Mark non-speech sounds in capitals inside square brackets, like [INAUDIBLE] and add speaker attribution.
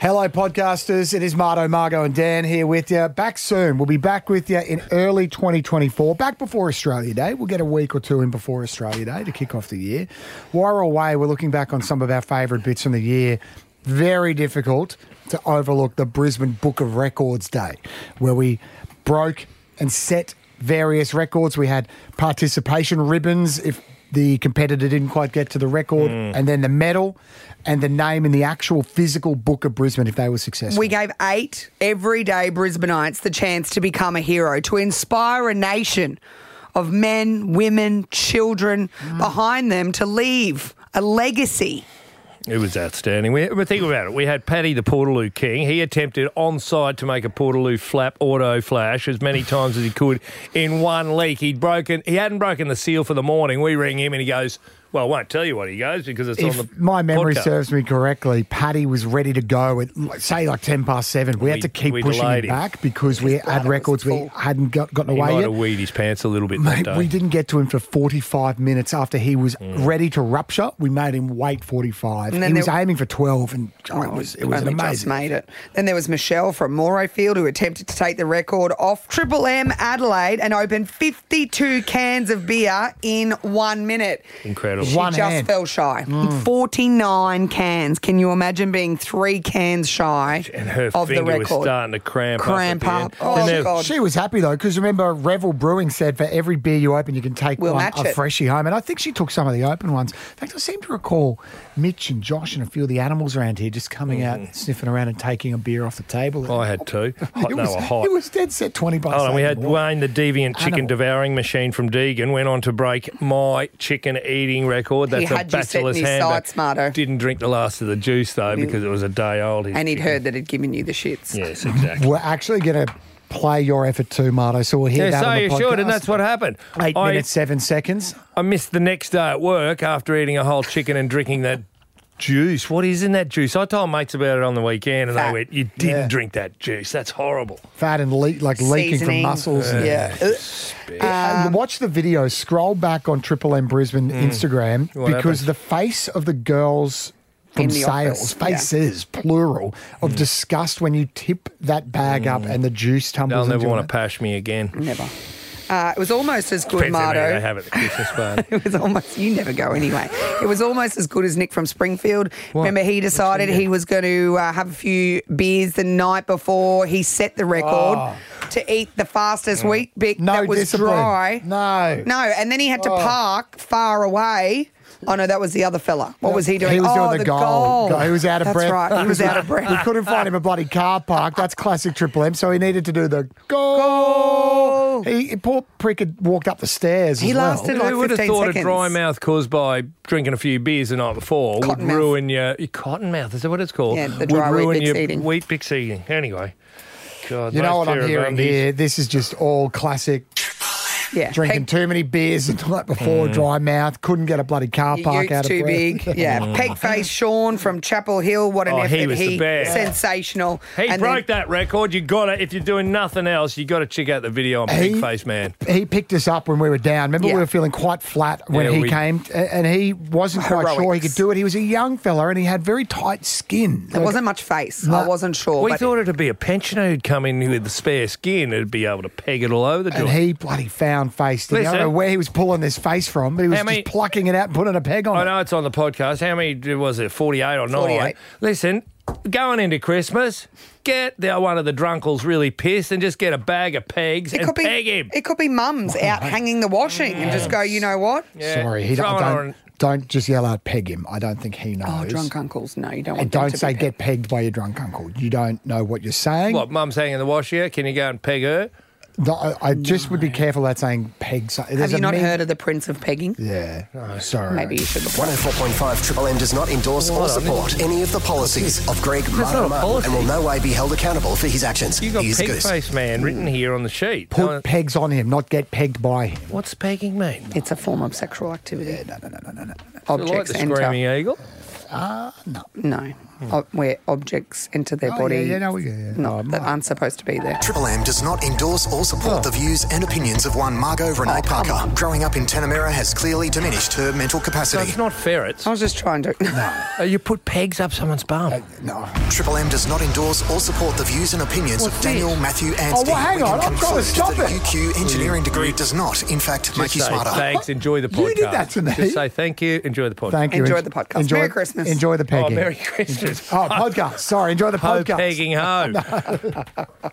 Speaker 1: Hello, podcasters. It is Marto, Margo, and Dan here with you. Back soon. We'll be back with you in early 2024. Back before Australia Day. We'll get a week or two in before Australia Day to kick off the year. While we're away, we're looking back on some of our favourite bits from the year. Very difficult to overlook the Brisbane Book of Records Day, where we broke and set various records. We had participation ribbons if the competitor didn't quite get to the record,
Speaker 2: Mm.
Speaker 1: and then the medal and the name in the actual physical book of Brisbane if they were successful.
Speaker 3: We gave eight everyday Brisbaneites the chance to become a hero, to inspire a nation of men, women, children behind them to leave a legacy.
Speaker 2: It was outstanding. We, but think about it. We had Paddy the Portaloo King. He attempted onside to make a Portaloo flap auto flash as many times as he could in one leak. He'd broken. He hadn't broken the seal for the morning. We ring him and he goes, "Well, I won't tell you what he goes because it's on
Speaker 1: if
Speaker 2: the
Speaker 1: my memory
Speaker 2: podcast."
Speaker 1: serves me correctly, Paddy was ready to go at like, say like ten past seven. We, had
Speaker 2: We-
Speaker 1: to keep
Speaker 2: we
Speaker 1: pushing
Speaker 2: delayed
Speaker 1: him
Speaker 2: him.
Speaker 1: back because we had records we hadn't got, gotten
Speaker 2: He
Speaker 1: away
Speaker 2: might
Speaker 1: yet.
Speaker 2: have weed his pants a little bit
Speaker 1: Mate,
Speaker 2: that day.
Speaker 1: we didn't get to him for 45 minutes after he was
Speaker 2: Mm.
Speaker 1: ready to rupture. We made him wait 45.
Speaker 3: And then
Speaker 1: he was
Speaker 3: there-
Speaker 1: aiming for 12, and oh, it was, it was an
Speaker 3: Only just
Speaker 1: amazing.
Speaker 3: made it. Then there was Michelle from Morrowfield who attempted to take the record off Triple M Adelaide and opened 52 cans of beer in one minute.
Speaker 2: Incredible.
Speaker 3: She
Speaker 1: One
Speaker 3: just
Speaker 1: hand. Mm.
Speaker 3: fell shy. 49 cans. Can you imagine being three cans shy
Speaker 2: and her
Speaker 3: of the
Speaker 2: finger was
Speaker 3: record?
Speaker 2: starting to cramp,
Speaker 3: Cramp
Speaker 2: up.
Speaker 3: up.
Speaker 2: at the end.
Speaker 3: Oh,
Speaker 2: And there-
Speaker 3: God.
Speaker 1: She was happy though, because remember Revel Brewing said for every beer you open, you can take
Speaker 3: We'll
Speaker 1: one,
Speaker 3: match
Speaker 1: a
Speaker 3: it.
Speaker 1: freshie home, and I think she took some of the open ones. In fact, I seem to recall Mitch and Josh and a few of the animals around here just coming
Speaker 3: Mm-hmm.
Speaker 1: out, sniffing around, and taking a beer off the table.
Speaker 2: I had two.
Speaker 1: it
Speaker 2: Hot, Oh, no,
Speaker 1: was,
Speaker 2: a hot.
Speaker 1: It was dead set twenty bucks.
Speaker 2: Hold on, Oh, we had Wayne, the deviant
Speaker 1: Animal.
Speaker 2: chicken devouring machine from Deegan, went on to break my chicken eating record. That's
Speaker 3: He
Speaker 2: a
Speaker 3: had you set in
Speaker 2: bachelor's
Speaker 3: his
Speaker 2: hand.
Speaker 3: sights, Marto.
Speaker 2: Didn't drink the last of the juice though
Speaker 1: Mm.
Speaker 2: because it was a day old. his
Speaker 3: And he'd
Speaker 2: chicken.
Speaker 3: heard that he'd given you the shits.
Speaker 2: Yes, exactly.
Speaker 1: We're actually going to play your effort too, Marto. So we'll hear
Speaker 2: Yeah,
Speaker 1: that
Speaker 2: so
Speaker 1: on the
Speaker 2: you
Speaker 1: podcast.
Speaker 2: should, and that's what happened.
Speaker 1: Eight
Speaker 2: I,
Speaker 1: minutes, seven seconds.
Speaker 2: I missed the next day at work after eating a whole chicken and drinking that juice. What is in that juice? I told mates about it on the weekend, and
Speaker 3: Fat.
Speaker 2: they went, "You didn't
Speaker 1: Yeah.
Speaker 2: drink that juice. That's horrible."
Speaker 1: Fat and le- like leaking from
Speaker 3: Seasoning.
Speaker 1: muscles. and-
Speaker 3: Yeah.
Speaker 1: Uh,
Speaker 3: Um,
Speaker 1: watch the video. Scroll back on Triple M Brisbane
Speaker 3: Hmm.
Speaker 1: Instagram
Speaker 2: What
Speaker 1: because
Speaker 2: happened?
Speaker 1: the face of the girls from
Speaker 3: In the
Speaker 1: sales,
Speaker 3: office, yeah. Hmm.
Speaker 1: faces plural, of disgust when you tip that bag up and the juice
Speaker 2: They'll
Speaker 1: tumbles.
Speaker 2: never
Speaker 1: into
Speaker 2: want to
Speaker 1: it.
Speaker 2: pash me again.
Speaker 3: Never. Uh, it was almost as good,
Speaker 2: Depends how many they
Speaker 3: Mardo.
Speaker 2: have at the Christmas party.
Speaker 3: [LAUGHS] It was almost, you never go anyway. It was almost as good as Nick from Springfield. Remember, he decided he was going to uh, have a few beers the night before he set the record to eat the fastest
Speaker 2: Mm.
Speaker 3: wheat bit
Speaker 1: Ah. No
Speaker 3: that was
Speaker 1: discipline.
Speaker 3: dry.
Speaker 1: No. Oh.
Speaker 3: No, and then he had to park far away. Oh, no, that was the other fella. What was he doing?
Speaker 1: He was
Speaker 3: oh,
Speaker 1: doing the, goal.
Speaker 3: goal.
Speaker 1: He was out of
Speaker 3: That's
Speaker 1: breath. [LAUGHS]
Speaker 3: right. He was out of
Speaker 1: we
Speaker 3: breath.
Speaker 1: couldn't find him a bloody car park. That's classic Triple M. So he needed to do the goal. He poor prick had walked up the stairs.
Speaker 3: He
Speaker 1: as well.
Speaker 3: lasted like
Speaker 2: Who would have
Speaker 3: 15
Speaker 2: thought a
Speaker 3: seconds.
Speaker 2: dry mouth caused by drinking a few beers the night before
Speaker 3: Cotton
Speaker 2: would
Speaker 3: mouth.
Speaker 2: ruin your, your cotton mouth? Is that what it's called?
Speaker 3: Yeah, the dry
Speaker 2: would
Speaker 3: wheat
Speaker 2: ruin
Speaker 3: bix
Speaker 2: your
Speaker 3: eating.
Speaker 2: wheat bix eating. Anyway, God,
Speaker 1: You know
Speaker 2: most
Speaker 1: what I'm hearing
Speaker 2: Ferragundi's-
Speaker 1: here? This is just all classic
Speaker 3: Yeah.
Speaker 1: drinking too many beers the night before,
Speaker 2: Mm.
Speaker 1: dry mouth, couldn't get a bloody car park
Speaker 3: Ute's
Speaker 1: out of
Speaker 3: too
Speaker 1: breath. [LAUGHS]
Speaker 3: big. Yeah. Peg face Sean from Chapel Hill. What an
Speaker 2: Mm. Oh,
Speaker 3: effort.
Speaker 2: he was the best.
Speaker 3: Sensational.
Speaker 2: He
Speaker 3: And
Speaker 2: broke
Speaker 3: then-
Speaker 2: that record. You got to, if you're doing nothing else, you got to check out the video on
Speaker 1: He-
Speaker 2: Big Face Man.
Speaker 1: He picked us up when we were down. Remember,
Speaker 3: Yeah.
Speaker 1: we were feeling quite flat when
Speaker 2: Yeah,
Speaker 1: he
Speaker 2: we-
Speaker 1: came, a- and he wasn't quite sure he
Speaker 3: Heroics.
Speaker 1: could do it. He was a young fella, and he had very tight skin.
Speaker 3: There
Speaker 1: Like,
Speaker 3: wasn't much face. I wasn't sure.
Speaker 2: We
Speaker 3: but
Speaker 2: thought it'd be a pensioner who'd come in with the spare skin and be able to peg it all over the
Speaker 1: And
Speaker 2: joint.
Speaker 1: he bloody found face. Didn't I
Speaker 2: Listen.
Speaker 1: don't know where he was pulling this face from, but he was
Speaker 2: How
Speaker 1: just
Speaker 2: many-
Speaker 1: plucking it out and putting a peg on
Speaker 2: I
Speaker 1: it.
Speaker 2: know it's on the podcast. How many was it? Forty-eight or nine?
Speaker 3: 48.
Speaker 2: Listen, going into Christmas, get the, one of the drunkles really pissed and just get a bag of pegs
Speaker 3: it
Speaker 2: and
Speaker 3: could be
Speaker 2: peg him.
Speaker 3: it could be mums out hanging the washing and just go, you know what?
Speaker 2: Yeah,
Speaker 1: Sorry, he
Speaker 2: throw
Speaker 1: don't,
Speaker 2: it on
Speaker 1: don't, don't just yell out, peg him. I don't think he knows.
Speaker 3: Oh, drunk uncles. No, you don't want
Speaker 1: And
Speaker 3: them
Speaker 1: don't
Speaker 3: to
Speaker 1: say
Speaker 3: be
Speaker 1: get pegged by your drunk uncle. You don't know what you're saying.
Speaker 2: What, mum's hanging the wash here? Can you go and peg her?
Speaker 1: No, I, I just would be careful about saying peg. So,
Speaker 3: Have you not heard of the Prince of Pegging?
Speaker 1: Yeah. sorry.
Speaker 3: Maybe you should look.
Speaker 4: 104.5 Triple M does not endorse or support any of the policies of Greg
Speaker 2: not a
Speaker 4: Martin Martin
Speaker 2: policy.
Speaker 4: and will no way be held accountable for his actions.
Speaker 2: You got
Speaker 4: He is a
Speaker 2: peg
Speaker 4: goose.
Speaker 2: face man written here on the sheet.
Speaker 1: Put
Speaker 2: No,
Speaker 1: pegs on him, not get pegged by him.
Speaker 2: What's pegging mean?
Speaker 3: It's a form of sexual activity. no, no, no, no, no, no.
Speaker 2: Like
Speaker 3: Objects
Speaker 2: the
Speaker 3: enter.
Speaker 2: screaming eagle.
Speaker 3: No. o- where objects enter their
Speaker 1: Oh,
Speaker 3: body
Speaker 1: yeah, yeah, no, we- yeah, yeah.
Speaker 3: not-
Speaker 1: Oh,
Speaker 3: that aren't supposed to be there.
Speaker 4: Triple M does not endorse or support
Speaker 2: Oh.
Speaker 4: the views and opinions of one Margot Renee Parker. Growing up in Tanamera has clearly diminished her mental
Speaker 2: So
Speaker 4: capacity.
Speaker 2: it's not ferrets.
Speaker 3: I was just trying to.
Speaker 2: Uh, you put pegs up someone's bum.
Speaker 1: No.
Speaker 4: Triple M does not endorse or support the views and opinions
Speaker 2: What's
Speaker 4: of Daniel
Speaker 2: this? Oh,
Speaker 4: Matthew Anstey.
Speaker 1: well, hang
Speaker 4: We can
Speaker 1: on, I've gotta
Speaker 4: conclude
Speaker 1: stop
Speaker 4: that a
Speaker 1: it.
Speaker 4: UQ engineering degree does not, in fact, make you
Speaker 2: Mm. say
Speaker 4: smarter.
Speaker 2: thanks. Enjoy the podcast.
Speaker 1: You did that to me.
Speaker 2: Just say thank you. Enjoy the podcast.
Speaker 1: Thank you.
Speaker 3: Enjoy
Speaker 1: En-
Speaker 3: the podcast. Merry Christmas.
Speaker 1: Enjoy the
Speaker 2: Oh,
Speaker 1: pegging.
Speaker 2: Merry Christmas.
Speaker 1: Oh, podcast. Sorry. Enjoy the
Speaker 2: Ho
Speaker 1: podcast.
Speaker 2: pegging ho.